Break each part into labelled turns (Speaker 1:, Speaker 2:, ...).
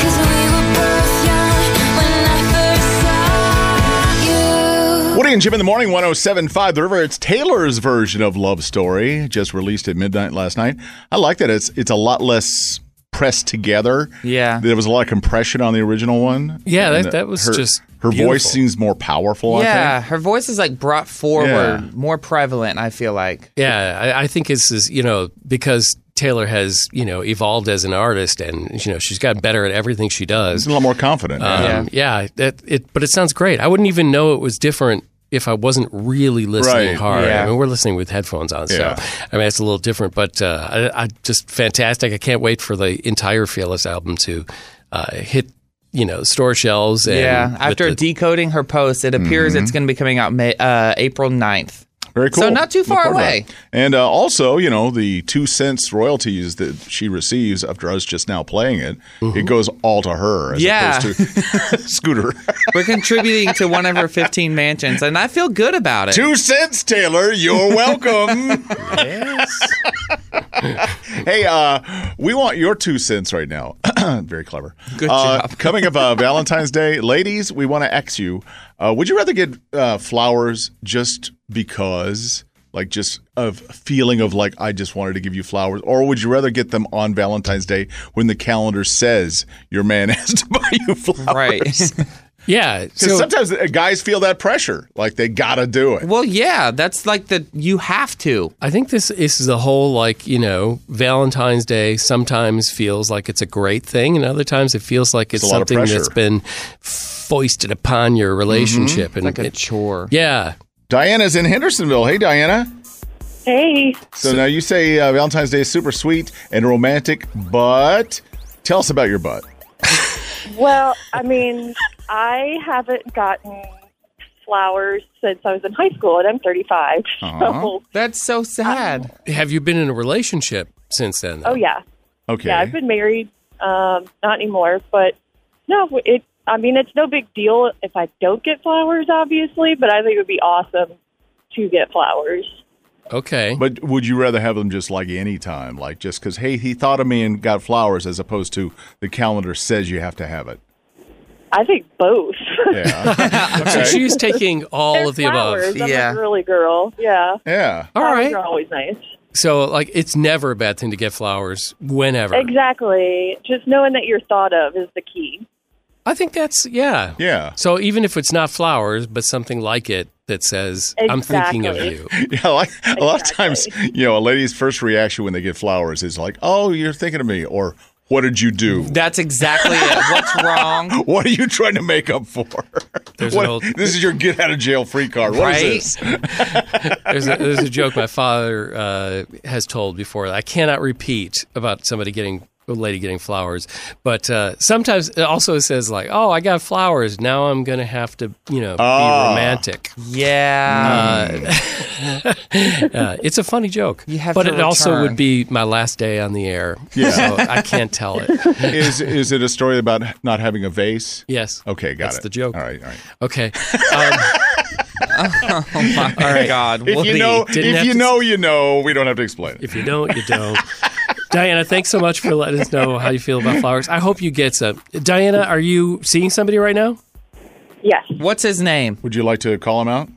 Speaker 1: Cause we were both young when I first saw you.
Speaker 2: Woody and Jim in the morning, 1075 The River. It's Taylor's version of Love Story, just released at midnight last night. I like that. It's it's a lot less pressed together.
Speaker 3: Yeah.
Speaker 2: There was a lot of compression on the original one.
Speaker 3: Yeah, that-
Speaker 2: And
Speaker 3: that was
Speaker 2: her,
Speaker 3: just
Speaker 2: Her voice
Speaker 3: beautiful.
Speaker 2: seems more powerful, I
Speaker 3: Yeah,
Speaker 2: think.
Speaker 3: her voice is like brought forward,
Speaker 2: Yeah.
Speaker 3: more prevalent. I feel like.
Speaker 4: Yeah, I, I think this is you know because Taylor has you know evolved as an artist, and you know she's gotten better at everything she
Speaker 2: It's
Speaker 4: does.
Speaker 2: a lot more
Speaker 3: Uh,
Speaker 2: confident.
Speaker 4: Um, yeah, that it. But it sounds great. I wouldn't even know it was different if I wasn't really listening
Speaker 2: Right,
Speaker 4: hard.
Speaker 3: yeah.
Speaker 4: I mean, we're listening with headphones on,
Speaker 2: Yeah.
Speaker 4: so I mean it's a little different. But uh, I, I just fantastic. I can't wait for the entire Fearless album to uh, hit you know store shelves. And
Speaker 3: yeah.
Speaker 4: with
Speaker 3: After
Speaker 4: the-
Speaker 3: decoding her post, it appears
Speaker 2: Mm-hmm.
Speaker 3: it's going to be coming out May, uh, April 9th.
Speaker 2: Very cool.
Speaker 3: So not too
Speaker 2: Look
Speaker 3: far
Speaker 2: forward to
Speaker 3: away.
Speaker 2: that. And uh, also, you know, the two cents royalties that she receives after us just now playing it, it goes all to her as
Speaker 3: Mm-hmm. Yeah.
Speaker 2: opposed to Scooter.
Speaker 3: We're contributing to one of her 15 mansions, and I feel good about it.
Speaker 2: two cents, Taylor. You're welcome. hey, uh, we want your two cents right now. Very clever.
Speaker 3: Good
Speaker 2: Uh,
Speaker 3: job.
Speaker 2: coming up uh, Valentine's Day, ladies, we want to ask you: uh, Would you rather get uh, flowers just because, like, just of feeling of like I just wanted to give you flowers, or would you rather get them on Valentine's Day when the calendar says your man has to buy you flowers?
Speaker 3: Right.
Speaker 4: yeah,
Speaker 2: Because
Speaker 4: so-
Speaker 2: sometimes uh, guys feel that pressure, like they gotta do it.
Speaker 3: well, yeah, that's like the you have to.
Speaker 4: I think this this is the whole like you know Valentine's Day sometimes feels like it's a great thing, and other times it feels like it's,
Speaker 2: a lot of
Speaker 4: something
Speaker 2: pressure.
Speaker 4: that's been foisted upon your relationship. And
Speaker 3: Like a
Speaker 4: it-
Speaker 3: chore.
Speaker 4: yeah,
Speaker 2: Diana's in Hendersonville. Hey, Diana.
Speaker 5: Hey,
Speaker 2: So, now you say uh, Valentine's Day is super sweet and romantic, but tell us about your butt.
Speaker 5: well, I mean, I haven't gotten flowers since I was in high school, and I'm 35.
Speaker 2: Uh-huh.
Speaker 5: So,
Speaker 3: That's so sad.
Speaker 4: have you been in a relationship since then? though?
Speaker 5: oh yeah,
Speaker 2: Okay.
Speaker 5: yeah, I've been married, um, not anymore, but no, it. I mean, it's no big deal if I don't get flowers, obviously, but I think it would be awesome to get flowers.
Speaker 4: Okay.
Speaker 2: but would you rather have them just like any time, like just because hey, he thought of me and got flowers, as opposed to the calendar says you have to have it?
Speaker 5: I think both.
Speaker 2: Yeah.
Speaker 4: So
Speaker 2: Okay.
Speaker 4: she's taking all of the
Speaker 5: flowers.
Speaker 4: above.
Speaker 5: I'm
Speaker 3: Yeah.
Speaker 5: a girly girl. Yeah,
Speaker 2: Yeah.
Speaker 4: All
Speaker 5: flowers
Speaker 4: right.
Speaker 5: are always nice.
Speaker 4: So like it's never a bad thing to get flowers whenever.
Speaker 5: Exactly. Just knowing that you're thought of is the key.
Speaker 4: I think that's yeah.
Speaker 2: Yeah.
Speaker 4: So even if it's not flowers, but something like it that says I'm thinking of
Speaker 5: Exactly.
Speaker 4: you.
Speaker 2: Yeah, like a lot of times,
Speaker 5: Exactly.
Speaker 2: you know, a lady's first reaction when they get flowers is like, "Oh, you're thinking of me," or "What did you do?"
Speaker 3: That's exactly it. What's wrong?
Speaker 2: What are you trying to make up for?
Speaker 4: There's
Speaker 2: What-
Speaker 4: an old-
Speaker 2: this is your get out of jail free card. What is
Speaker 3: Right?
Speaker 2: this?
Speaker 4: There's a, there's a joke my father uh, has told before. that I cannot repeat about somebody getting a lady getting flowers, but uh, sometimes it also says like, "Oh, I got flowers. Now I'm gonna have to, you know,
Speaker 2: Ah.
Speaker 4: be romantic."
Speaker 3: Yeah.
Speaker 4: Uh, it's a funny joke,
Speaker 3: You have
Speaker 4: but
Speaker 3: to
Speaker 4: it also
Speaker 3: return.
Speaker 4: would be my last day on the air,
Speaker 2: Yeah.
Speaker 4: so I can't tell it.
Speaker 2: is is it a story about not having a vase?
Speaker 4: Yes.
Speaker 2: Okay, got
Speaker 4: That's
Speaker 2: it.
Speaker 4: the joke.
Speaker 2: All right, all right.
Speaker 4: Okay. Um,
Speaker 3: oh my God.
Speaker 2: If you
Speaker 4: Whoopi
Speaker 2: know,
Speaker 4: didn't
Speaker 2: if
Speaker 4: have
Speaker 2: you
Speaker 4: to-
Speaker 2: know, you know. We don't have to explain it.
Speaker 4: If you don't, you don't. Diana, thanks so much for letting us know how you feel about flowers. I hope you get some. Diana, are you seeing somebody right now?
Speaker 5: Yes.
Speaker 3: What's his name?
Speaker 2: Would you like to call him out?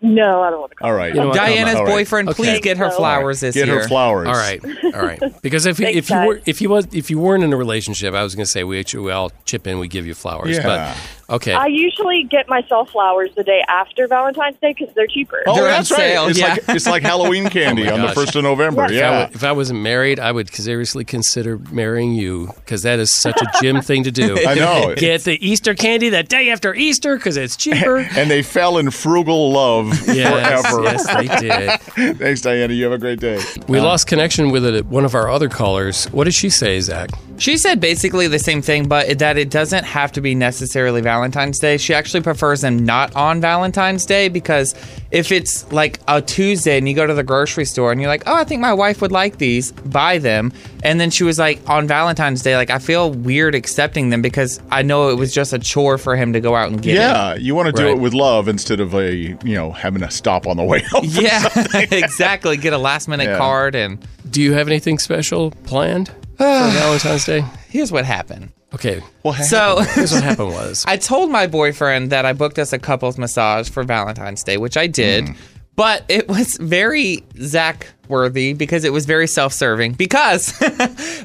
Speaker 5: No, I don't want to.
Speaker 2: All right.
Speaker 3: You know what? Diana's All right. boyfriend, please Okay. get her flowers this
Speaker 2: Get her
Speaker 3: year.
Speaker 2: flowers.
Speaker 4: All right, all right. Because if
Speaker 5: Thanks,
Speaker 4: if you
Speaker 5: guys.
Speaker 4: were if you was if you weren't in a relationship, I was going to say we actually we all chip in, we give you flowers.
Speaker 2: Yeah.
Speaker 4: But okay,
Speaker 5: I usually get myself flowers the day after Valentine's Day because they're cheaper.
Speaker 2: Oh,
Speaker 3: They're on
Speaker 2: that's
Speaker 3: sale,
Speaker 2: right. It's
Speaker 3: yeah.
Speaker 2: like it's like Halloween candy
Speaker 4: Oh my
Speaker 2: on the
Speaker 4: gosh.
Speaker 2: first of November.
Speaker 4: If I,
Speaker 2: Yeah.
Speaker 4: wa- if I wasn't married, I would seriously consider marrying you because that is such a Jim thing to do.
Speaker 2: I know.
Speaker 4: Get the Easter candy the day after Easter because it's cheaper.
Speaker 2: And they fell in frugal love
Speaker 4: yes,
Speaker 2: forever.
Speaker 4: yes, they did.
Speaker 2: Thanks, Diana. You have a great day.
Speaker 4: We lost connection with it, one of our other callers. What did she say, Zach?
Speaker 3: She said basically the same thing, but it- that it doesn't have to be necessarily Valentine's Day. She actually prefers them not on Valentine's Day because if it's like a Tuesday and you go to the grocery store and you're like, oh, I think my wife would like these, buy them. And then she was like, on Valentine's Day, like, I feel weird accepting them because I know it was just a chore for him to go out and get it.
Speaker 2: Yeah, you want to do
Speaker 4: Right.
Speaker 2: it with love instead of a you know having to stop on the way home.
Speaker 3: Yeah, exactly. Get a last minute
Speaker 2: Yeah.
Speaker 3: card. And
Speaker 4: Do you have anything special planned for Valentine's Day?
Speaker 3: here's what happened.
Speaker 4: Okay,
Speaker 3: So.
Speaker 4: here's what happened was.
Speaker 3: I told my boyfriend that I booked us a couples massage for Valentine's Day, which I did. But it was very Zach worthy because it was very self serving. Because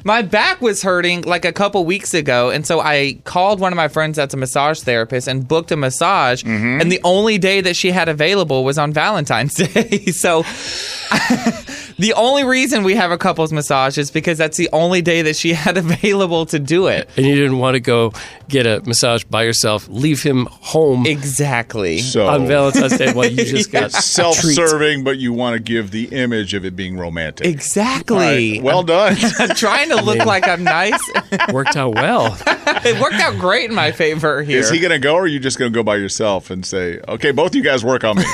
Speaker 3: my back was hurting like a couple weeks ago. And so I called one of my friends that's a massage therapist and booked a massage. And the only day that she had available was on Valentine's Day. so the only reason we have a couples massage is because that's the only day that she had available to do it.
Speaker 4: and you didn't want to go get a massage by yourself, leave him home
Speaker 3: Exactly.
Speaker 2: So
Speaker 4: on Valentine's Day while you just got
Speaker 2: it's self-serving, but you want to give the image of it being romantic. All
Speaker 3: Exactly.
Speaker 2: right, Well done.
Speaker 3: I'm trying to look like I'm nice.
Speaker 4: worked out well.
Speaker 3: it worked out great in my favor here.
Speaker 2: Is he going to go, or are you just going to go by yourself and say, "Okay, both you guys work on me,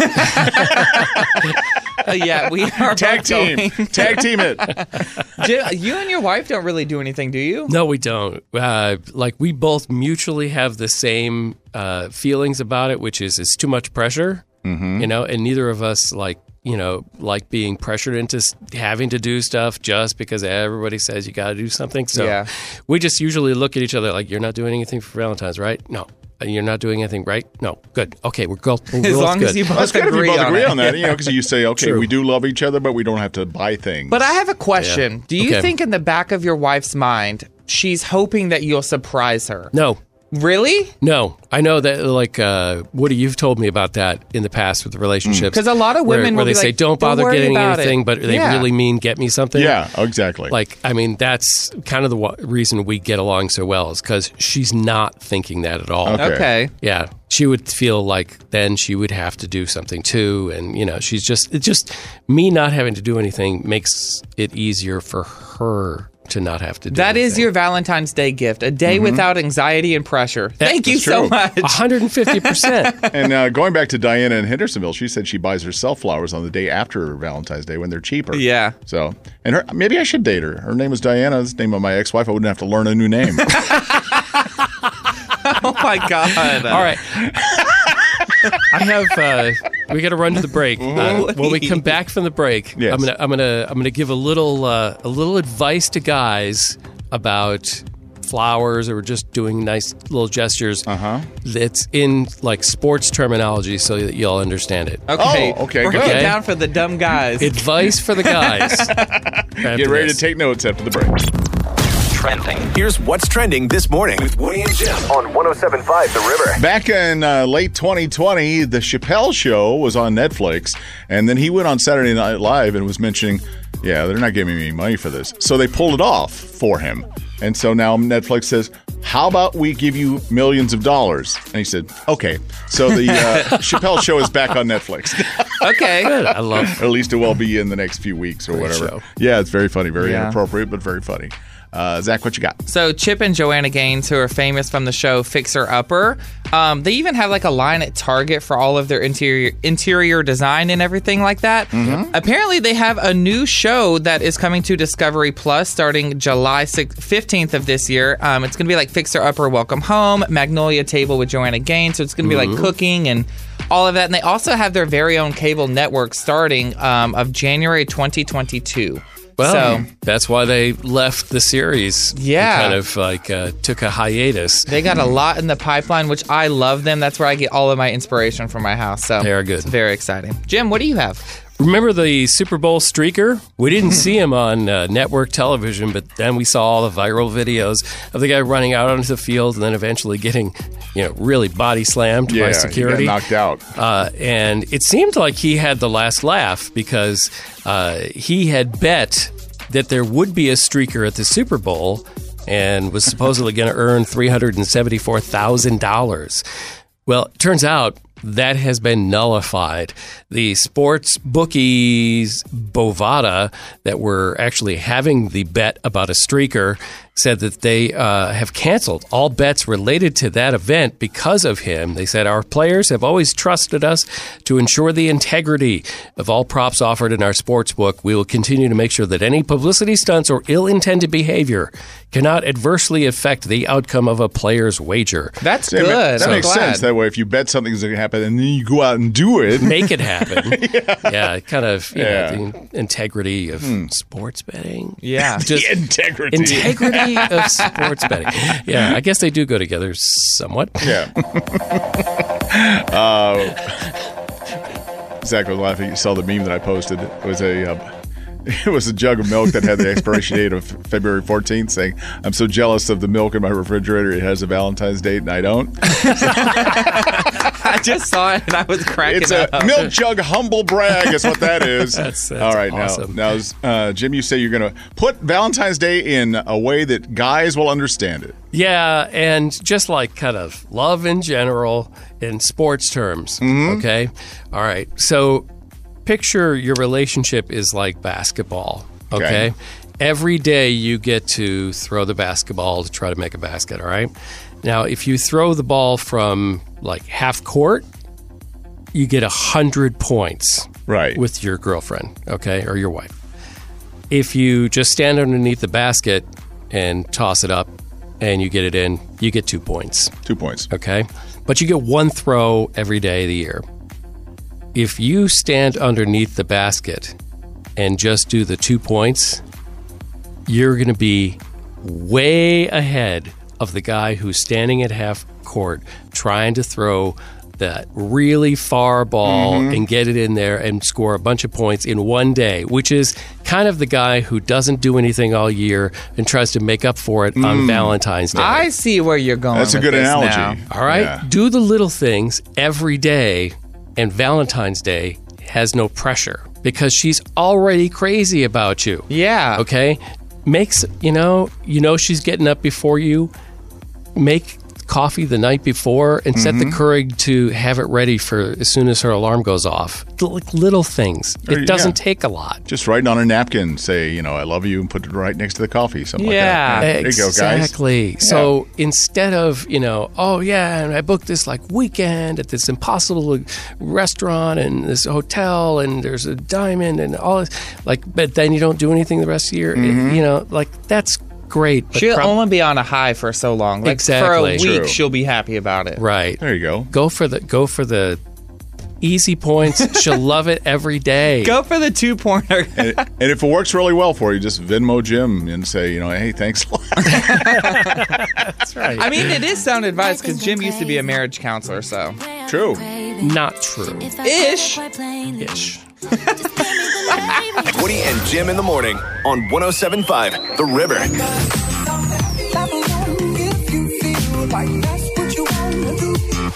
Speaker 3: Uh, yeah, we are
Speaker 2: tag
Speaker 3: both
Speaker 2: team,
Speaker 3: doing-
Speaker 2: tag team it"?
Speaker 3: Ju- you and your wife don't really do anything, do you?
Speaker 4: No, we don't. Uh, like we both mutually have the same uh, feelings about it, which is it's too much pressure,
Speaker 3: Mm-hmm.
Speaker 4: you know, and neither of us like you know like being pressured into s- having to do stuff just because everybody says you got to do something. So
Speaker 3: Yeah.
Speaker 4: we just usually look at each other like, "You're not doing anything for Valentine's, right? No." "And You're not doing anything, right? No. Good. Okay, we're, go- we're
Speaker 3: As
Speaker 4: both
Speaker 3: long
Speaker 4: good.
Speaker 3: as you both
Speaker 2: That's good if you
Speaker 3: agree,
Speaker 2: both
Speaker 3: on,
Speaker 2: agree
Speaker 3: it.
Speaker 2: on that, you know, because you say, "Okay,
Speaker 4: True.
Speaker 2: we do love each other, but we don't have to buy things."
Speaker 3: But I have a question. Do you
Speaker 4: Okay.
Speaker 3: think in the back of your wife's mind, she's hoping that you'll surprise her?
Speaker 4: no,
Speaker 3: Really?
Speaker 4: No, I know that. Like uh, Woody, you've told me about that in the past with relationships.
Speaker 3: Mm. 'Cause a lot of
Speaker 4: where-
Speaker 3: women
Speaker 4: where,
Speaker 3: will
Speaker 4: they
Speaker 3: be
Speaker 4: say,
Speaker 3: like, "Don't
Speaker 4: "Don't bother
Speaker 3: worry
Speaker 4: getting
Speaker 3: about it."
Speaker 4: anything," but they
Speaker 3: Yeah.
Speaker 4: really mean, "Get me something."
Speaker 2: yeah, exactly.
Speaker 4: Like, I mean, that's kind of the wa- reason we get along so well is because she's not thinking that at all.
Speaker 2: Okay.
Speaker 3: Okay.
Speaker 4: Yeah, she would feel like then she would have to do something too, and you know, she's just it just me not having to do anything makes it easier for her to not have to do.
Speaker 3: That is
Speaker 4: anything.
Speaker 3: your Valentine's Day gift a
Speaker 2: Mm-hmm.
Speaker 3: day without anxiety and pressure. Thank you
Speaker 2: That's
Speaker 3: so
Speaker 2: true.
Speaker 3: much.
Speaker 4: 150 percent.
Speaker 2: and uh, going back to Diana in Hendersonville, she said she buys herself flowers on the day after Valentine's Day when they're cheaper.
Speaker 3: Yeah.
Speaker 2: So, and her maybe I should date her. Her name is Diana. It's the name of my ex-wife. I wouldn't have to learn a new name.
Speaker 3: Oh my God.
Speaker 4: All right. I have. Uh, we got to run to the break. Uh, when we come back from the break,
Speaker 2: Yes.
Speaker 4: I'm gonna, I'm gonna, I'm gonna give a little, uh, a little advice to guys about flowers or just doing nice little gestures. Uh huh. That's in like sports terminology, so that y'all understand it.
Speaker 3: Okay.
Speaker 2: Oh, okay,
Speaker 3: We're
Speaker 2: good.
Speaker 3: getting down for the dumb guys.
Speaker 4: Advice for the guys.
Speaker 2: Get ready to take notes after the break.
Speaker 6: Here's what's trending this morning with Woody and Jim on 107.5 The River.
Speaker 2: Back in uh, late 2020, the Chappelle Show was on Netflix, and then he went on Saturday Night Live and was mentioning, "Yeah, they're not giving me money for this," so they pulled it off for him. And so now Netflix says, "How about we give you millions of dollars?" And he said, "Okay." So the uh, Chappelle Show is back on Netflix,
Speaker 3: okay.
Speaker 4: Good. I love.
Speaker 2: or at least it will be in the next few weeks or whatever.
Speaker 4: show.
Speaker 2: Yeah, it's very funny, very
Speaker 3: Yeah.
Speaker 2: inappropriate, but very funny. Uh, Zach, what you got?
Speaker 3: So Chip and Joanna Gaines, who are famous from the show Fixer Upper, um, they even have like a line at Target for all of their interior interior design and everything like that. Apparently, they have a new show that is coming to Discovery Plus starting July 6th, 15th of this year. Um, it's going to be like Fixer Upper, Welcome Home, Magnolia Table with Joanna Gaines. So it's going to be like cooking and all of that. And they also have their very own cable network starting um, of January 2022.
Speaker 4: Well,
Speaker 3: So-
Speaker 4: that's why they left the series. They
Speaker 3: Yeah.
Speaker 4: kind of like uh, took a hiatus.
Speaker 3: They got a lot in the pipeline, which I love them. That's where I get all of my inspiration from my house. So
Speaker 4: They are good.
Speaker 3: very exciting. Jim, what do you have?
Speaker 4: Remember the Super Bowl streaker? We didn't see him on uh, network television, but then we saw all the viral videos of the guy running out onto the field and then eventually getting, you know, really body slammed
Speaker 2: Yeah,
Speaker 4: by
Speaker 2: he got
Speaker 4: security.
Speaker 2: knocked out.
Speaker 4: Uh, and it seemed like he had the last laugh because uh, he had bet that there would be a streaker at the Super Bowl and was supposedly going to earn $374,000. Well, it turns out that has been nullified. The sports bookies Bovada that were actually having the bet about a streaker said that they uh, have canceled all bets related to that event because of him. They said our players have always trusted us to ensure the integrity of all props offered in our sports book. We will continue to make sure that any publicity stunts or ill-intended behavior cannot adversely affect the outcome of a player's wager.
Speaker 3: That's
Speaker 2: Damn it.
Speaker 3: good.
Speaker 2: That
Speaker 3: I'm
Speaker 2: makes
Speaker 3: glad.
Speaker 2: sense. That way, if you bet something's going to happen and then you go out and do it,
Speaker 4: Make it happen. yeah. kind of you know,
Speaker 2: Yeah.
Speaker 4: the integrity of sports betting.
Speaker 3: yeah, just
Speaker 2: the integrity.
Speaker 4: Integrity of sports betting. Yeah, I guess they do go together somewhat.
Speaker 2: Yeah. uh, Zach was laughing. You saw the meme that I posted. It was a. Um, it was a jug of milk that had the expiration date of February 14th, saying, "I'm so jealous of the milk in my refrigerator. It has a Valentine's date, and I don't."
Speaker 3: I just saw it and I was cracking
Speaker 2: It's a
Speaker 3: up.
Speaker 2: milk jug humble brag, is what that is.
Speaker 4: That's- that's
Speaker 2: All right,
Speaker 4: awesome.
Speaker 2: now, now, uh, Jim, you say you're going to put Valentine's Day in a way that guys will understand it.
Speaker 4: Yeah, and just like kind of love in general in sports terms. Okay. All right. So picture your relationship is like basketball. Okay?
Speaker 2: Okay.
Speaker 4: Every day you get to throw the basketball to try to make a basket. All right. Now, if you throw the ball from like half court, you get a 100 points
Speaker 2: Right.
Speaker 4: with your girlfriend, okay, or your wife. If you just stand underneath the basket and toss it up and you get it in, you get two points,
Speaker 2: two points.
Speaker 4: okay? But you get one throw every day of the year. If you stand underneath the basket and just do the two points, you're going to be way ahead of the guy who's standing at half court trying to throw that really far ball and get it in there and score a bunch of points in one day, which is kind of the guy who doesn't do anything all year and tries to make up for it on Valentine's Day.
Speaker 3: I see where you're going.
Speaker 2: That's a
Speaker 3: with
Speaker 2: good
Speaker 3: this
Speaker 2: analogy.
Speaker 3: now.
Speaker 4: all right?
Speaker 2: Yeah.
Speaker 4: Do the little things every day, and Valentine's Day has no pressure because she's already crazy about you
Speaker 3: Yeah.
Speaker 4: okay makes you know you know she's getting up before you make coffee the night before and set the Keurig to have it ready for as soon as her alarm goes off L- like little things
Speaker 2: yeah.
Speaker 4: it doesn't take a lot
Speaker 2: Just write it on a napkin, say, you know, I love you, and put it right next to the coffee, something
Speaker 3: Yeah.
Speaker 2: like that. There you go, guys.
Speaker 4: Exactly. So instead of, you know, oh yeah, and I booked this like weekend at this impossible restaurant and this hotel and there's a diamond and all this, like, but then you don't do anything the rest of the year,
Speaker 2: Mm-hmm.
Speaker 4: you know, like that's great. But
Speaker 3: She'll
Speaker 4: prob-
Speaker 3: only be on a high for so long. Like For a
Speaker 4: Exactly.
Speaker 3: week,
Speaker 2: True.
Speaker 3: she'll be happy about it.
Speaker 4: Right.
Speaker 2: There you go.
Speaker 4: Go for the go for the easy points. She'll love it every day.
Speaker 3: Go for the two pointer.
Speaker 2: And, and if it works really well for you, just Venmo Jim and say, you know, hey, thanks a lot.
Speaker 4: That's right.
Speaker 3: I mean, it is sound advice because Jim used to be a marriage counselor, so.
Speaker 2: True.
Speaker 4: Not true.
Speaker 3: Ish.
Speaker 4: Ish.
Speaker 6: Woody and Jim in the morning on 1075 The River.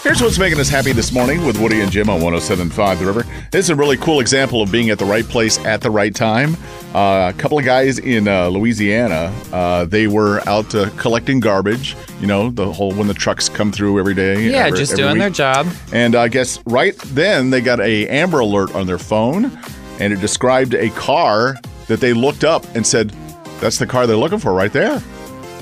Speaker 2: Here's what's making us happy this morning with Woody and Jim on 1075 The River. This is a really cool example of being at the right place at the right time. Uh, a couple of guys in uh, Louisiana, uh, they were out uh, collecting garbage, you know, the whole when the trucks come through every day.
Speaker 3: Yeah,
Speaker 2: every-
Speaker 3: just
Speaker 2: every
Speaker 3: doing
Speaker 2: week.
Speaker 3: their job.
Speaker 2: And I guess right then they got a Amber Alert on their phone, and it described a car that they looked up and said, "That's the car they're looking for right there."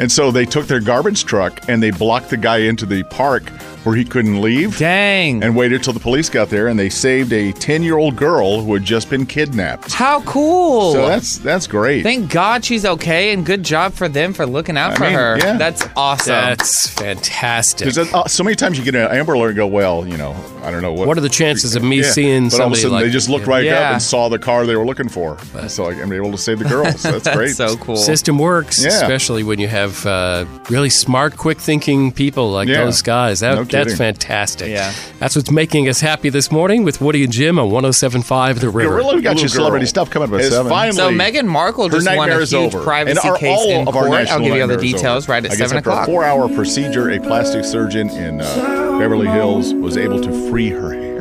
Speaker 2: And so they took their garbage truck and they blocked the guy into the park where he couldn't leave.
Speaker 3: Dang.
Speaker 2: And waited till the police got there and they saved a 10 year old girl who had just been kidnapped.
Speaker 3: How cool.
Speaker 2: So that's that's great.
Speaker 3: Thank God she's okay, and good job for them for looking out
Speaker 2: I
Speaker 3: for
Speaker 2: mean,
Speaker 3: her.
Speaker 2: yeah.
Speaker 3: That's awesome.
Speaker 4: That's fantastic.
Speaker 2: Because uh, so many times you get an Amber Alert and go, well, you know, I don't know what.
Speaker 4: What are the chances of me seeing
Speaker 2: But all of a
Speaker 4: somebody
Speaker 2: sudden,
Speaker 4: like-
Speaker 2: they just looked right up
Speaker 3: Yeah.
Speaker 2: and saw the car they were looking for. so like, I'm able to save the girl. So that's, great.
Speaker 3: so cool.
Speaker 4: System works,
Speaker 2: Yeah.
Speaker 4: especially when you have uh, really smart, quick-thinking people like
Speaker 2: Yeah.
Speaker 4: those guys. That,
Speaker 2: No
Speaker 4: that's
Speaker 2: kidding.
Speaker 4: fantastic.
Speaker 3: Yeah.
Speaker 4: that's what's making us happy this morning with Woody and Jim on 107.5 The River.
Speaker 2: Gorilla got
Speaker 7: Little
Speaker 2: your celebrity
Speaker 7: girl
Speaker 2: stuff coming up at
Speaker 7: is
Speaker 2: seven.
Speaker 7: finally-
Speaker 3: So Meghan Markle
Speaker 2: Her
Speaker 3: just won
Speaker 2: nightmare
Speaker 3: a
Speaker 2: is
Speaker 3: huge
Speaker 2: over.
Speaker 3: privacy
Speaker 2: and our,
Speaker 3: case
Speaker 2: all of
Speaker 3: in
Speaker 2: our
Speaker 3: court. I'll
Speaker 2: national
Speaker 3: give you all the
Speaker 2: nightmare is
Speaker 3: details
Speaker 2: over.
Speaker 3: right at
Speaker 2: I guess
Speaker 3: seven
Speaker 2: after
Speaker 3: o'clock.
Speaker 2: A four-hour procedure, a plastic surgeon in uh, Beverly Hills was able to free her hair.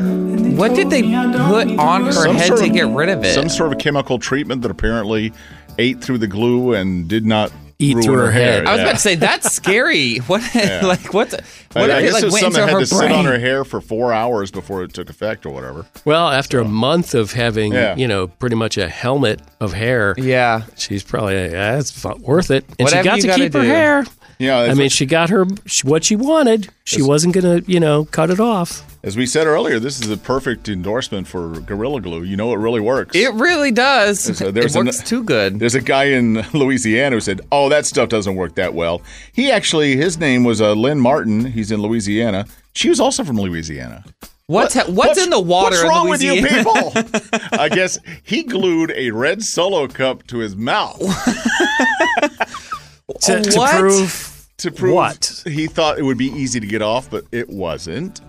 Speaker 3: What did they put on her head
Speaker 2: sort
Speaker 3: to
Speaker 2: of-
Speaker 3: get rid of it?
Speaker 2: Some sort of chemical treatment that apparently ate through the glue and did not
Speaker 4: Eat
Speaker 2: ruin
Speaker 4: through her hair.
Speaker 3: I was
Speaker 2: Yeah.
Speaker 3: about to say that's scary. What like what? the-
Speaker 2: I-
Speaker 3: What
Speaker 2: I
Speaker 3: if it
Speaker 2: guess
Speaker 3: like
Speaker 2: it was
Speaker 3: went
Speaker 2: something
Speaker 3: into
Speaker 2: that had
Speaker 3: her
Speaker 2: to sit on her
Speaker 3: brain?
Speaker 2: hair for four hours before it took effect or whatever.
Speaker 4: Well, after a month of having,
Speaker 2: Yeah.
Speaker 4: you know, pretty much a helmet of hair,
Speaker 3: Yeah.
Speaker 4: she's probably yeah, that's fu- worth it. And
Speaker 3: Whatever
Speaker 4: she got
Speaker 3: you
Speaker 4: to
Speaker 3: gotta
Speaker 4: keep her
Speaker 3: do.
Speaker 4: hair.
Speaker 2: Yeah,
Speaker 4: I
Speaker 2: that's
Speaker 4: mean,
Speaker 2: what-
Speaker 4: she got her sh- what she wanted. She wasn't going to, you know, cut it off.
Speaker 2: As we said earlier, this is the perfect endorsement for Gorilla Glue. You know, it really works.
Speaker 3: It really does.
Speaker 2: So
Speaker 3: it
Speaker 2: there's an-
Speaker 3: works too good.
Speaker 2: There's a guy in Louisiana who said, "Oh, that stuff doesn't work that well." He actually, his name was uh, Lynn Martin. He's in Louisiana. She was also from Louisiana.
Speaker 3: What's ha- what's, in the water?
Speaker 2: What's
Speaker 3: in
Speaker 2: wrong
Speaker 3: Louisiana?
Speaker 2: with you people? I guess he glued a red solo cup to his mouth
Speaker 4: To, to
Speaker 3: What?
Speaker 4: prove
Speaker 2: to prove
Speaker 4: What?
Speaker 2: he thought it would be easy to get off, but it wasn't.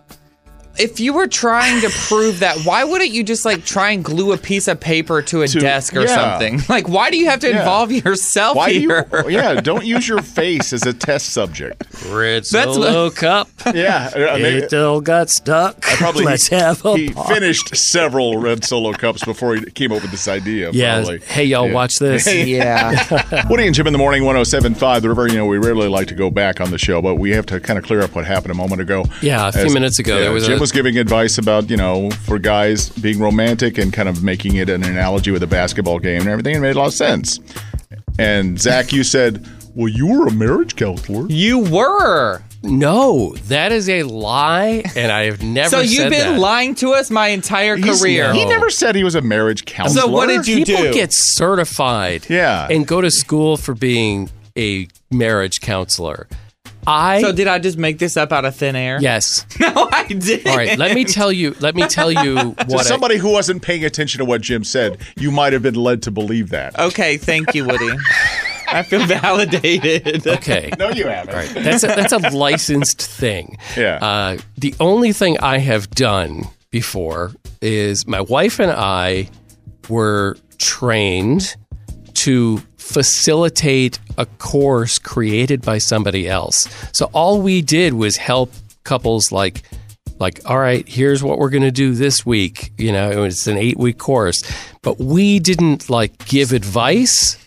Speaker 3: If you were trying to prove that, why wouldn't you just like try and glue a piece of paper to a
Speaker 2: To-
Speaker 3: desk or
Speaker 2: yeah.
Speaker 3: something? Like, why do you have to
Speaker 2: Yeah.
Speaker 3: involve yourself
Speaker 2: Why do
Speaker 3: here?
Speaker 2: you? Yeah, don't use your face as a test subject.
Speaker 4: Red
Speaker 3: That's
Speaker 4: Solo Cup.
Speaker 2: Yeah, I mean,
Speaker 4: It all got stuck.
Speaker 2: probably
Speaker 4: Let's
Speaker 2: he,
Speaker 4: have a
Speaker 2: he
Speaker 4: party.
Speaker 2: finished several red solo cups before he came up with this idea.
Speaker 4: Yeah.
Speaker 2: probably.
Speaker 4: Hey, y'all, watch this.
Speaker 3: yeah.
Speaker 2: Woody and Jim in the morning, 1075. The river, you know, we rarely like to go back on the show, but we have to kind of clear up what happened a moment ago.
Speaker 4: Yeah, a few minutes ago, there was
Speaker 2: Jim
Speaker 4: a-
Speaker 2: was giving advice about, you know, for guys being romantic and kind of making it an analogy with a basketball game and everything. It made a lot of sense. And Zach, you said, well, you were a marriage counselor.
Speaker 3: you were.
Speaker 4: No, that is a lie, and I have never.
Speaker 3: So you've
Speaker 4: said
Speaker 3: been
Speaker 4: that.
Speaker 3: lying to us my entire
Speaker 2: He's-
Speaker 3: career.
Speaker 2: He never said he was a marriage counselor.
Speaker 3: So what did you
Speaker 4: People
Speaker 3: do?
Speaker 4: get certified,
Speaker 2: Yeah.
Speaker 4: and go to school for being a marriage counselor. I
Speaker 3: so did I just make this up out of thin air?
Speaker 4: yes.
Speaker 3: No, I did.
Speaker 4: All right, let me tell you. Let me tell you
Speaker 2: To
Speaker 4: what. I-
Speaker 2: somebody who wasn't paying attention to what Jim said, you might have been led to believe that.
Speaker 3: Okay, thank you, Woody. I feel validated.
Speaker 4: okay.
Speaker 2: No, you haven't.
Speaker 4: That's a, that's a licensed thing.
Speaker 2: Yeah.
Speaker 4: Uh, the only thing I have done before is my wife and I were trained to facilitate a course created by somebody else. So all we did was help couples like like all right, here's what we're going to do this week, you know, it was an 8-week course, but we didn't like give advice.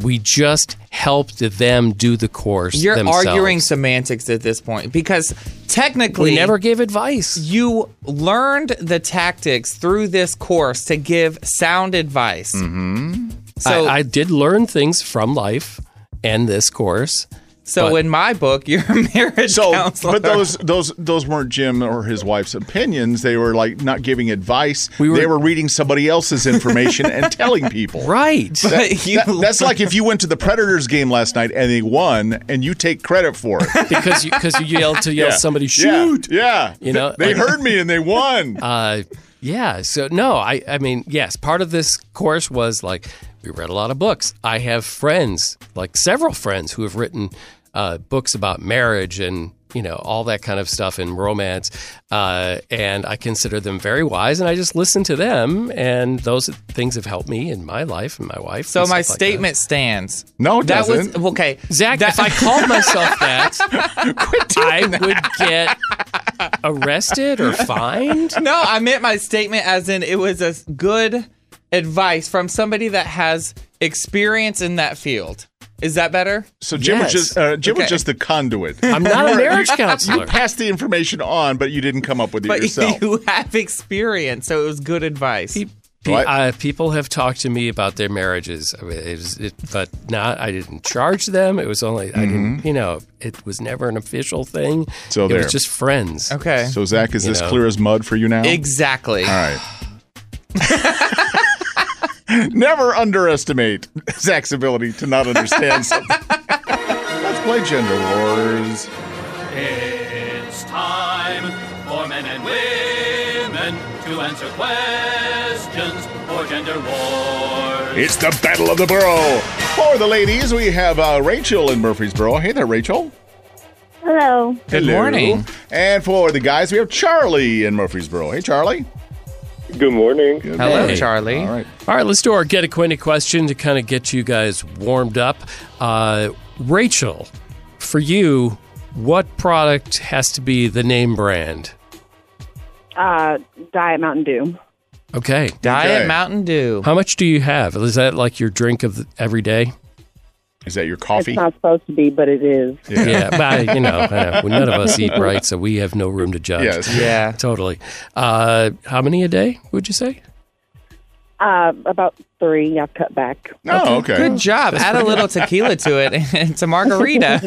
Speaker 4: We just helped them do the course
Speaker 3: You're
Speaker 4: themselves.
Speaker 3: arguing semantics at this point because technically
Speaker 4: We never gave advice.
Speaker 3: you learned the tactics through this course to give sound advice. Mm-hmm. So,
Speaker 4: I, I did learn things from life and this course.
Speaker 3: so
Speaker 4: but-
Speaker 3: in my book, you're a marriage
Speaker 2: So,
Speaker 3: counselor.
Speaker 2: but those those those weren't Jim or his wife's opinions. They were like not giving advice.
Speaker 4: We were-
Speaker 2: they were reading somebody else's information and telling people.
Speaker 4: Right.
Speaker 3: But you,
Speaker 2: That- that's like if you went to the Predators game last night and they won, and you take credit for it.
Speaker 4: because you, cause you yelled to yell
Speaker 2: Yeah.
Speaker 4: somebody
Speaker 2: Yeah.
Speaker 4: shoot.
Speaker 2: Yeah,
Speaker 4: You know,
Speaker 2: they
Speaker 4: like-
Speaker 2: heard me and they won.
Speaker 4: Uh, yeah. So no, I, I mean, yes, part of this course was like we read a lot of books. I have friends, like several friends who have written uh, books about marriage and you know all that kind of stuff and romance uh, and i consider them very wise and i just listen to them and those things have helped me in my life and my wife
Speaker 3: so
Speaker 4: and
Speaker 3: my
Speaker 4: stuff like that.
Speaker 3: statement stands.
Speaker 2: No, it
Speaker 3: that
Speaker 2: doesn't.
Speaker 3: was okay.
Speaker 4: Zach,
Speaker 3: that-
Speaker 4: if I called myself that, I would get arrested or fined.
Speaker 3: no, I meant my statement as in it was a s- good advice from somebody that has experience in that field. Is that better?
Speaker 2: so Jim was
Speaker 4: yes.
Speaker 2: just uh, Jim was
Speaker 3: Okay.
Speaker 2: just the conduit.
Speaker 4: I'm not a marriage
Speaker 2: you
Speaker 4: counselor.
Speaker 2: passed the information on, but you didn't come up with it
Speaker 3: But
Speaker 2: yourself.
Speaker 3: you have experience, so it was good advice.
Speaker 4: Pe-
Speaker 2: Right.
Speaker 4: uh, people have talked to me about their marriages, I mean, it was, it, but not. I didn't charge them. It was only I didn't. You know, it was never an official thing.
Speaker 2: So
Speaker 4: it
Speaker 2: Mm-hmm. there.
Speaker 4: was just friends.
Speaker 3: Okay.
Speaker 2: So Zach, is
Speaker 4: You
Speaker 2: this
Speaker 4: know.
Speaker 2: clear as mud for you now?
Speaker 3: exactly.
Speaker 2: All right. Never underestimate Zach's ability to not understand something. Let's play Gender Wars.
Speaker 8: It's time for men and women to answer questions for gender wars.
Speaker 2: It's the Battle of the Borough. For the ladies, we have uh, Rachel in Murfreesboro. Hey there, Rachel.
Speaker 9: Hello.
Speaker 2: Good
Speaker 3: morning.
Speaker 2: And for the guys, we have Charlie in Murfreesboro. Hey, Charlie.
Speaker 10: Good morning.
Speaker 3: Hello, Charlie.
Speaker 2: All right.
Speaker 4: All right, let's do our get acquainted question to kind of get you guys warmed up. Uh, Rachel, for you, what product has to be the name brand?
Speaker 9: Uh, Diet Mountain Dew.
Speaker 4: Okay,
Speaker 3: Diet Mountain Dew.
Speaker 4: How much do you have? Is that like your drink of the, every day?
Speaker 2: Is that your coffee?
Speaker 9: It's not supposed to be, but it is.
Speaker 4: Yeah, but I, you know, uh, well, none of us eat right, so we have no room to judge.
Speaker 2: Yes.
Speaker 3: Yeah.
Speaker 4: totally. Uh, how many a day would you say?
Speaker 9: Uh, about three, I've cut back.
Speaker 2: Oh, okay.
Speaker 3: Good job. Add a little tequila to it and it's a margarita.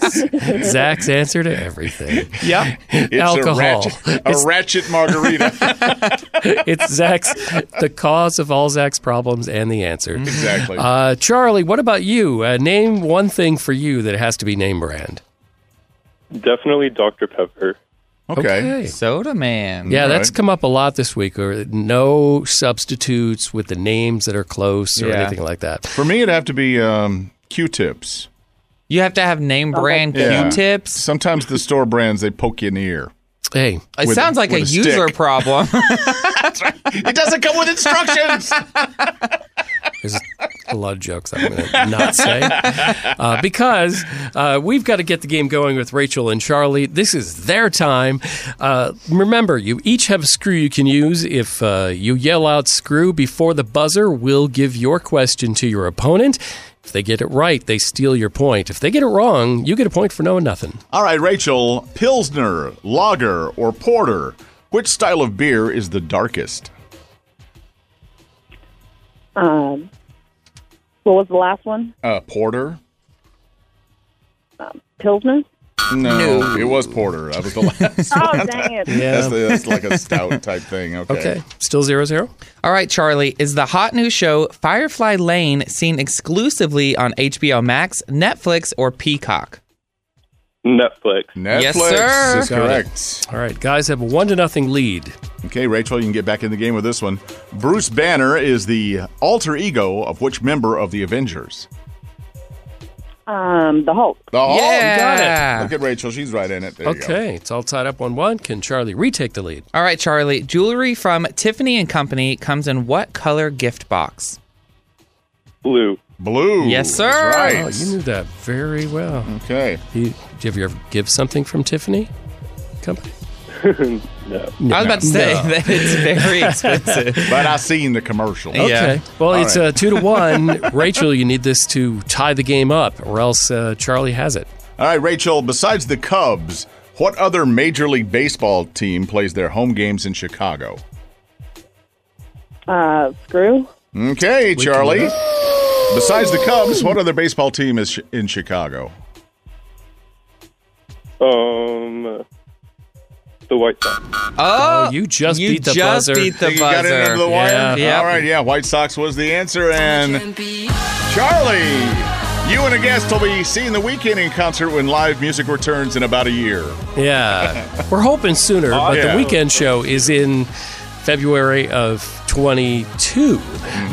Speaker 4: Zach's answer to everything.
Speaker 3: yep.
Speaker 2: It's
Speaker 4: Alcohol.
Speaker 2: a ratchet, a
Speaker 4: It's-
Speaker 2: ratchet margarita.
Speaker 4: it's Zach's, the cause of all Zach's problems and the answer.
Speaker 2: exactly.
Speaker 4: Uh, Charlie, what about you? Uh, name one thing for you that has to be name brand.
Speaker 10: Definitely Dr. Pepper.
Speaker 2: okay.
Speaker 3: Soda man.
Speaker 4: Yeah,
Speaker 2: All
Speaker 4: that's
Speaker 2: right.
Speaker 4: come up a lot this week. Or no substitutes with the names that are close or
Speaker 3: Yeah.
Speaker 4: anything like that.
Speaker 2: For me, it'd have to be um, Q-tips.
Speaker 3: You have to have name brand
Speaker 2: Yeah.
Speaker 3: Q-tips.
Speaker 2: Sometimes the store brands they poke you in the ear.
Speaker 4: Hey,
Speaker 3: It
Speaker 2: With-
Speaker 3: sounds like
Speaker 2: with
Speaker 3: a
Speaker 2: a
Speaker 3: user
Speaker 2: stick.
Speaker 3: problem.
Speaker 2: It doesn't come with instructions.
Speaker 4: There's a lot of jokes I'm going to not say uh, because uh, we've got to get the game going with Rachel and Charlie. This is their time. Uh, remember, you each have a screw you can use. If uh, you yell out screw before the buzzer, we'll give your question to your opponent. If they get it right, they steal your point. If they get it wrong, you get a point for knowing nothing.
Speaker 2: All right, Rachel, Pilsner, Lager, or Porter? Which style of beer is the darkest?
Speaker 9: Um, what was the last one?
Speaker 2: Uh, Porter?
Speaker 9: Pilsner?
Speaker 2: No, it was Porter. That was the last.
Speaker 9: Oh, dang it.
Speaker 2: that's, the, that's like a stout type thing. Okay.
Speaker 4: Okay. Still zero zero?
Speaker 3: All right, Charlie, is the hot new show Firefly Lane seen exclusively on HBO Max, Netflix, or Peacock?
Speaker 10: Netflix.
Speaker 2: Netflix
Speaker 3: Yes, sir.
Speaker 2: is correct.
Speaker 4: All right, guys have a one to nothing lead.
Speaker 2: Okay, Rachel, you can get back in the game with this one. Bruce Banner is the alter ego of which member of the Avengers?
Speaker 9: Um, the Hulk.
Speaker 2: The Hulk.
Speaker 3: Yeah.
Speaker 2: Look at Rachel. She's right in it. There you go.
Speaker 4: Okay, it's all tied up 1 1. Can Charlie retake the lead?
Speaker 3: All right, Charlie, jewelry from Tiffany and Company comes in what color gift box?
Speaker 10: Blue.
Speaker 2: Blue.
Speaker 3: Yes, sir.
Speaker 2: That's right.
Speaker 4: Oh, you knew that very well.
Speaker 2: okay.
Speaker 4: You, did you ever give something from Tiffany Company?
Speaker 10: No.
Speaker 3: I was about to say that it's very expensive.
Speaker 2: But I seen the commercial.
Speaker 3: Yeah.
Speaker 4: Okay. Well,
Speaker 2: All
Speaker 4: it's
Speaker 2: right.
Speaker 4: uh, two to one. Rachel, you need this to tie the game up, or else uh, Charlie has it.
Speaker 2: All right, Rachel, besides the Cubs, what other Major League Baseball team plays their home games in Chicago?
Speaker 9: Uh, screw.
Speaker 2: Okay, Charlie. Besides the Cubs, what other baseball team is sh- in Chicago?
Speaker 10: Um, the White Sox.
Speaker 3: Oh,
Speaker 4: you just
Speaker 3: you
Speaker 4: beat the
Speaker 3: just
Speaker 4: buzzer.
Speaker 3: beat the
Speaker 2: Think you got it
Speaker 3: buzzer.
Speaker 2: into the wire?
Speaker 4: Yeah.
Speaker 3: Yep.
Speaker 2: All right, yeah, White Sox was the answer. And Charlie, you and a guest will be seeing the weekend in concert when live music returns in about a year.
Speaker 4: Yeah. We're hoping sooner, but
Speaker 2: yeah.
Speaker 4: the weekend show is in February of 22.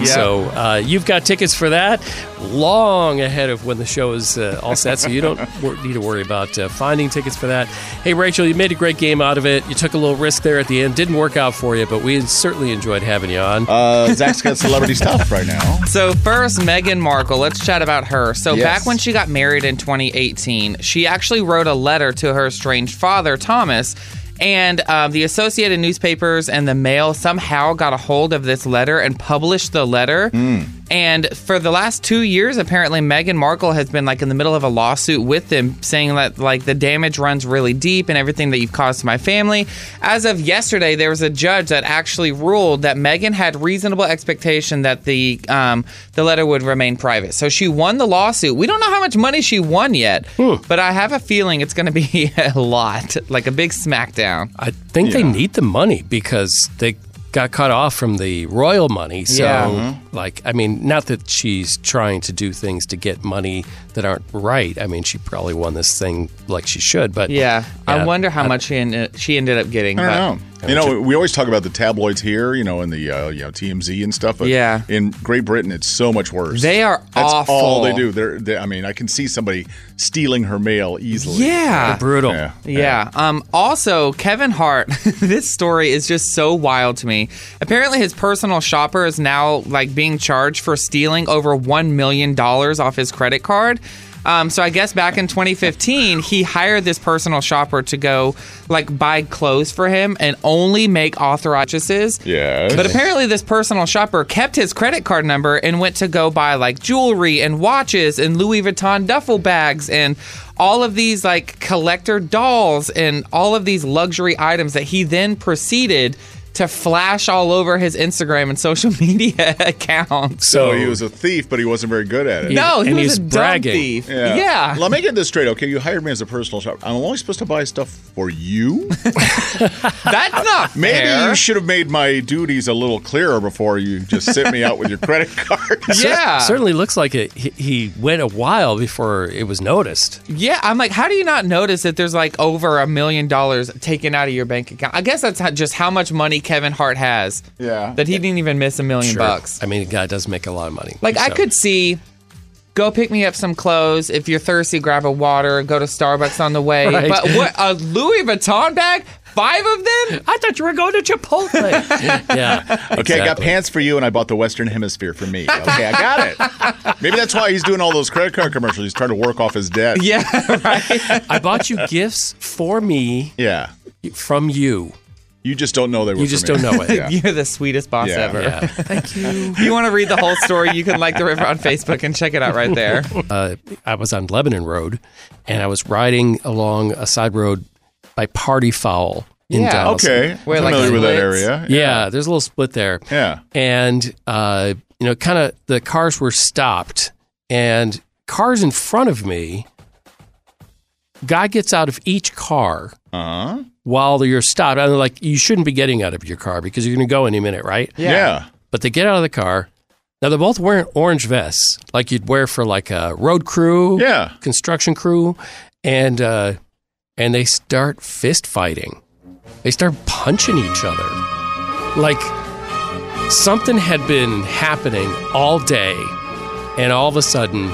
Speaker 4: So uh, you've got tickets for that long ahead of when the show is uh, all set. so you don't wor- need to worry about uh, finding tickets for that. Hey, Rachel, you made a great game out of it. You took a little risk there at the end. Didn't work out for you, but we certainly enjoyed having you on.
Speaker 2: Uh, Zach's got celebrity stuff right now.
Speaker 3: So first, Meghan Markle. Let's chat about her. So
Speaker 2: Yes.
Speaker 3: back when she got married in 2018, she actually wrote a letter to her estranged father, Thomas. And um, the Associated Newspapers and the Mail somehow got a hold of this letter and published the letter. And for the last two years, apparently Meghan Markle has been like in the middle of a lawsuit with them, saying that like the damage runs really deep and everything that you've caused to my family. As of yesterday, there was a judge that actually ruled that Meghan had reasonable expectation that the um, the letter would remain private. So she won the lawsuit. We don't know how much money she won yet, but I have a feeling it's going to be a lot, like a big smackdown.
Speaker 4: I think they need the money because they got cut off from the royal money. So,
Speaker 3: Yeah. Mhm.
Speaker 4: like, I mean, not that she's trying to do things to get money that aren't right. I mean, she probably won this thing like she should, but
Speaker 3: Yeah, I wonder how much she ended, she ended up getting.
Speaker 2: I don't
Speaker 3: but-
Speaker 2: know. You know, we always talk about the tabloids here, you know, and the uh, you know TMZ and stuff. But
Speaker 3: Yeah.
Speaker 2: In Great Britain, it's so much worse.
Speaker 3: They are
Speaker 2: That's all
Speaker 3: awful.
Speaker 2: they do. They're, they, I mean, I can see somebody stealing her mail easily.
Speaker 3: Yeah. They're
Speaker 4: brutal.
Speaker 2: Yeah.
Speaker 3: Yeah. Um, also, Kevin Hart, this story is just so wild to me. Apparently, his personal shopper is now like being charged for stealing over one million dollars off his credit card. Um, so I guess back in 2015, he hired this personal shopper to go like buy clothes for him and only make authorized purchases.
Speaker 2: Yes.
Speaker 3: But apparently, this personal shopper kept his credit card number and went to go buy like jewelry and watches and Louis Vuitton duffel bags and all of these like collector dolls and all of these luxury items that he then proceeded to flash all over his Instagram and social media accounts.
Speaker 2: So he was a thief, but he wasn't very good at it.
Speaker 3: No, he And was he's a dumb bragging. thief. Yeah.
Speaker 2: Let me get this straight. Okay, you hired me as a personal shopper. I'm only supposed to buy stuff for you.
Speaker 3: That's not
Speaker 2: Maybe
Speaker 3: fair.
Speaker 2: you should have made my duties a little clearer before you just sent me out with your credit card.
Speaker 4: Cer- certainly looks like it. He, he went a while before it was noticed.
Speaker 3: Yeah, I'm like, how do you not notice that there's like over a million dollars taken out of your bank account? I guess that's how, just how much money Kevin Hart has.
Speaker 2: Yeah.
Speaker 3: That he didn't even miss a million
Speaker 4: Sure.
Speaker 3: bucks.
Speaker 4: I mean, the guy does make a lot of money.
Speaker 3: Like, I
Speaker 4: So-
Speaker 3: could see go pick me up some clothes. If you're thirsty, grab a water, go to Starbucks on the way.
Speaker 4: Right.
Speaker 3: But what, a Louis Vuitton bag? Five of them?
Speaker 4: I thought you were going to Chipotle. yeah.
Speaker 2: Okay, I got
Speaker 4: exactly.
Speaker 2: pants for you, and I bought the Western Hemisphere for me. Okay, I got it. Maybe that's why he's doing all those credit card commercials. He's trying to work off his debt.
Speaker 3: Yeah,
Speaker 4: I bought you gifts for me.
Speaker 2: Yeah.
Speaker 4: From you.
Speaker 2: You just don't know they were.
Speaker 4: You
Speaker 2: for
Speaker 4: just
Speaker 2: me.
Speaker 4: don't know it.
Speaker 2: Yeah.
Speaker 3: You're the sweetest boss
Speaker 2: Yeah.
Speaker 3: ever.
Speaker 2: Yeah.
Speaker 3: Thank you. If you want to read the whole story, you can like the river on Facebook and check it out right there.
Speaker 4: Uh, I was on Lebanon Road, and I was riding along a side road by Party Foul in
Speaker 2: Yeah.
Speaker 4: Donaldson.
Speaker 2: Okay. Where, like, Familiar with that splits? area.
Speaker 4: Yeah. there's a little split there. Yeah, and uh, you know, kind of the cars were stopped, and cars in front of me. Guy gets out of each car Uh-huh. while you're stopped. And they're like, you shouldn't be getting out of your car because you're going to go any minute, right?
Speaker 2: Yeah. Yeah.
Speaker 4: But they get out of the car. Now they're both wearing orange vests, like you'd wear for like a road crew, yeah, construction crew, and uh, and they start fist fighting. They start punching each other, like something had been happening all day, and all of a sudden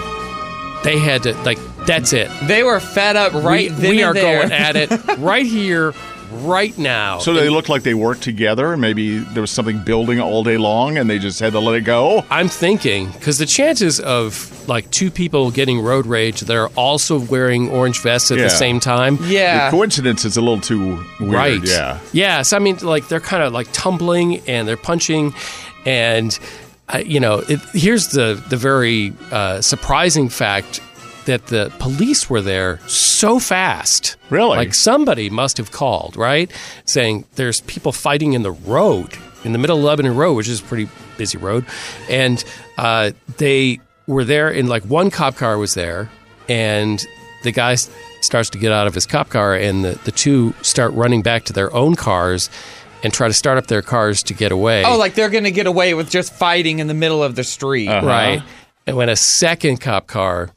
Speaker 4: they had to like that's it.
Speaker 3: They were fed up right
Speaker 4: we,
Speaker 3: then
Speaker 4: We
Speaker 3: and
Speaker 4: are
Speaker 3: there.
Speaker 4: going at it right here, right now.
Speaker 2: So they looked like they worked together. Maybe there was something building all day long, and they just had to let it go.
Speaker 4: I'm thinking because the chances of like two people getting road rage that are also wearing orange vests at
Speaker 2: Yeah.
Speaker 4: the same time.
Speaker 2: The coincidence is a little too weird.
Speaker 4: right.
Speaker 2: Yeah.
Speaker 4: Yeah. So I mean, like they're kind of like tumbling and they're punching, and uh, you know, it, here's the the very uh, surprising fact that the police were there so fast. Really? Like somebody must have called, right? Saying there's people fighting in the road in the middle of Lebanon Road, which is a pretty busy road, and uh, they were there. And like one cop car was there, and the guy s- starts to get out of his cop car, and the, the two start running back to their own cars and try to start up their cars to get away.
Speaker 3: Oh, like they're going to get away with just fighting in the middle of the street.
Speaker 4: right. And when a second cop car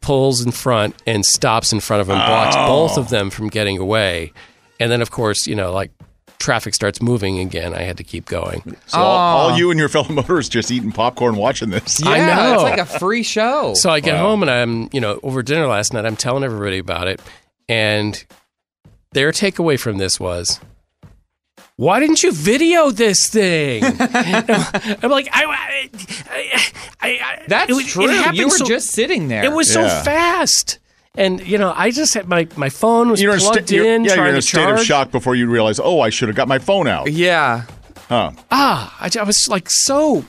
Speaker 4: pulls in front and stops in front of him, blocks
Speaker 3: Oh.
Speaker 4: both of them from getting away. And then, of course, you know, like traffic starts moving again. I had to keep going.
Speaker 2: So
Speaker 4: Ah.
Speaker 2: all, all you and your fellow motorists just eating popcorn, watching this.
Speaker 4: I know.
Speaker 3: It's like a free show.
Speaker 4: So I get home and I'm, you know, over dinner last night, I'm telling everybody about it. And their takeaway from this was, why didn't you video this thing? I'm like, I, I, I, I
Speaker 3: That's
Speaker 4: it was- it
Speaker 3: true. you
Speaker 4: happened
Speaker 3: were
Speaker 4: so-
Speaker 3: just sitting there.
Speaker 4: It was so fast. And, you know, I just had my, my phone was
Speaker 2: You're in, a
Speaker 4: plugged
Speaker 2: sta- you're-
Speaker 4: in,
Speaker 2: yeah,
Speaker 4: trying
Speaker 2: you're in
Speaker 4: to
Speaker 2: a state
Speaker 4: charge.
Speaker 2: of shock before you realize, oh, I should have got my phone out.
Speaker 3: Yeah.
Speaker 2: Huh.
Speaker 4: Ah, I, I was like so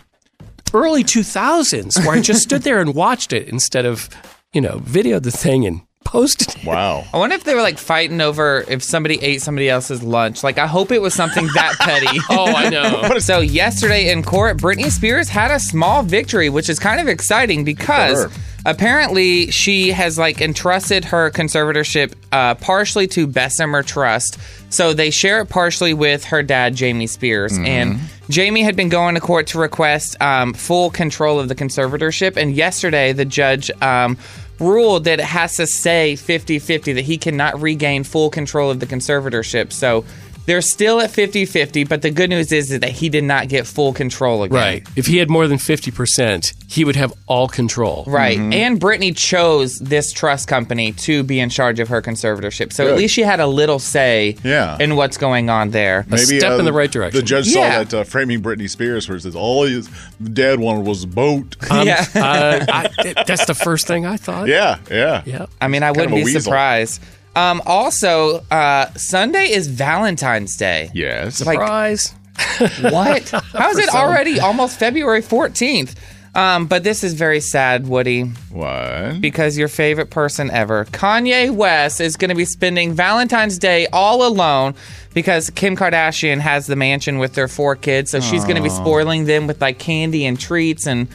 Speaker 4: early 2000s where I just stood there and watched it instead of, you know, videoed the thing and posted it.
Speaker 2: Wow.
Speaker 3: I wonder if they were like fighting over if somebody ate somebody else's lunch. Like, I hope it was something that petty.
Speaker 4: Oh, I know.
Speaker 3: so, yesterday in court, Britney Spears had a small victory, which is kind of exciting because
Speaker 4: Sure.
Speaker 3: apparently she has like entrusted her conservatorship uh, partially to Bessemer Trust. So, they share it partially with her dad, Jamie Spears.
Speaker 11: Mhm.
Speaker 3: And Jamie had been going to court to request um, full control of the conservatorship, and yesterday the judge um, ruled that it has to say 50 50 that he cannot regain full control of the conservatorship. So they're still at 50 50, but the good news is that he did not get full control again.
Speaker 4: Right. If he had more than 50%, he would have all control.
Speaker 3: Right.
Speaker 2: Mm-hmm.
Speaker 3: And Brittany chose this trust company to be in charge of her conservatorship. So at
Speaker 4: Good.
Speaker 3: least she had a little say
Speaker 2: Yeah.
Speaker 3: in what's going on there.
Speaker 2: uh, The judge saw that uh, framing Britney Spears, where it says all his dad wanted was a boat.
Speaker 4: yeah. Uh, that's the first thing I thought.
Speaker 2: yeah, yeah, yeah.
Speaker 3: I mean, I
Speaker 2: Kind of
Speaker 3: wouldn't
Speaker 2: a
Speaker 3: be
Speaker 2: weasel.
Speaker 3: surprised. Um, also, uh, Sunday is Valentine's Day.
Speaker 2: Yes.
Speaker 4: Surprise.
Speaker 3: what? How is
Speaker 4: For
Speaker 3: it
Speaker 4: some.
Speaker 3: already almost February 14th? Um, but this is very sad, Woody.
Speaker 2: What?
Speaker 3: Because your favorite person ever, Kanye West, is going to be spending Valentine's Day all alone because Kim Kardashian has the mansion with their four kids. So she's going to be
Speaker 4: Aw.
Speaker 3: spoiling them with like candy and treats and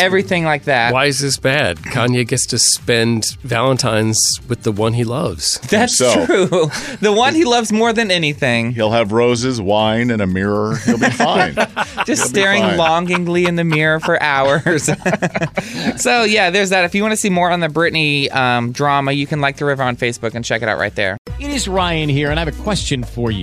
Speaker 3: everything like that.
Speaker 4: Why is this bad? Kanye gets to spend Valentine's with the one he loves.
Speaker 3: That's true. The one he loves more than anything.
Speaker 2: He'll have roses, wine, and a mirror. He'll be fine.
Speaker 3: just
Speaker 2: You'll be
Speaker 3: staring
Speaker 2: fine.
Speaker 3: longingly in the mirror for hours. so yeah, there's that. If you want to see more on the Britney um, drama, you can like the river on Facebook and check it out right there.
Speaker 12: It is Ryan here, and I have a question for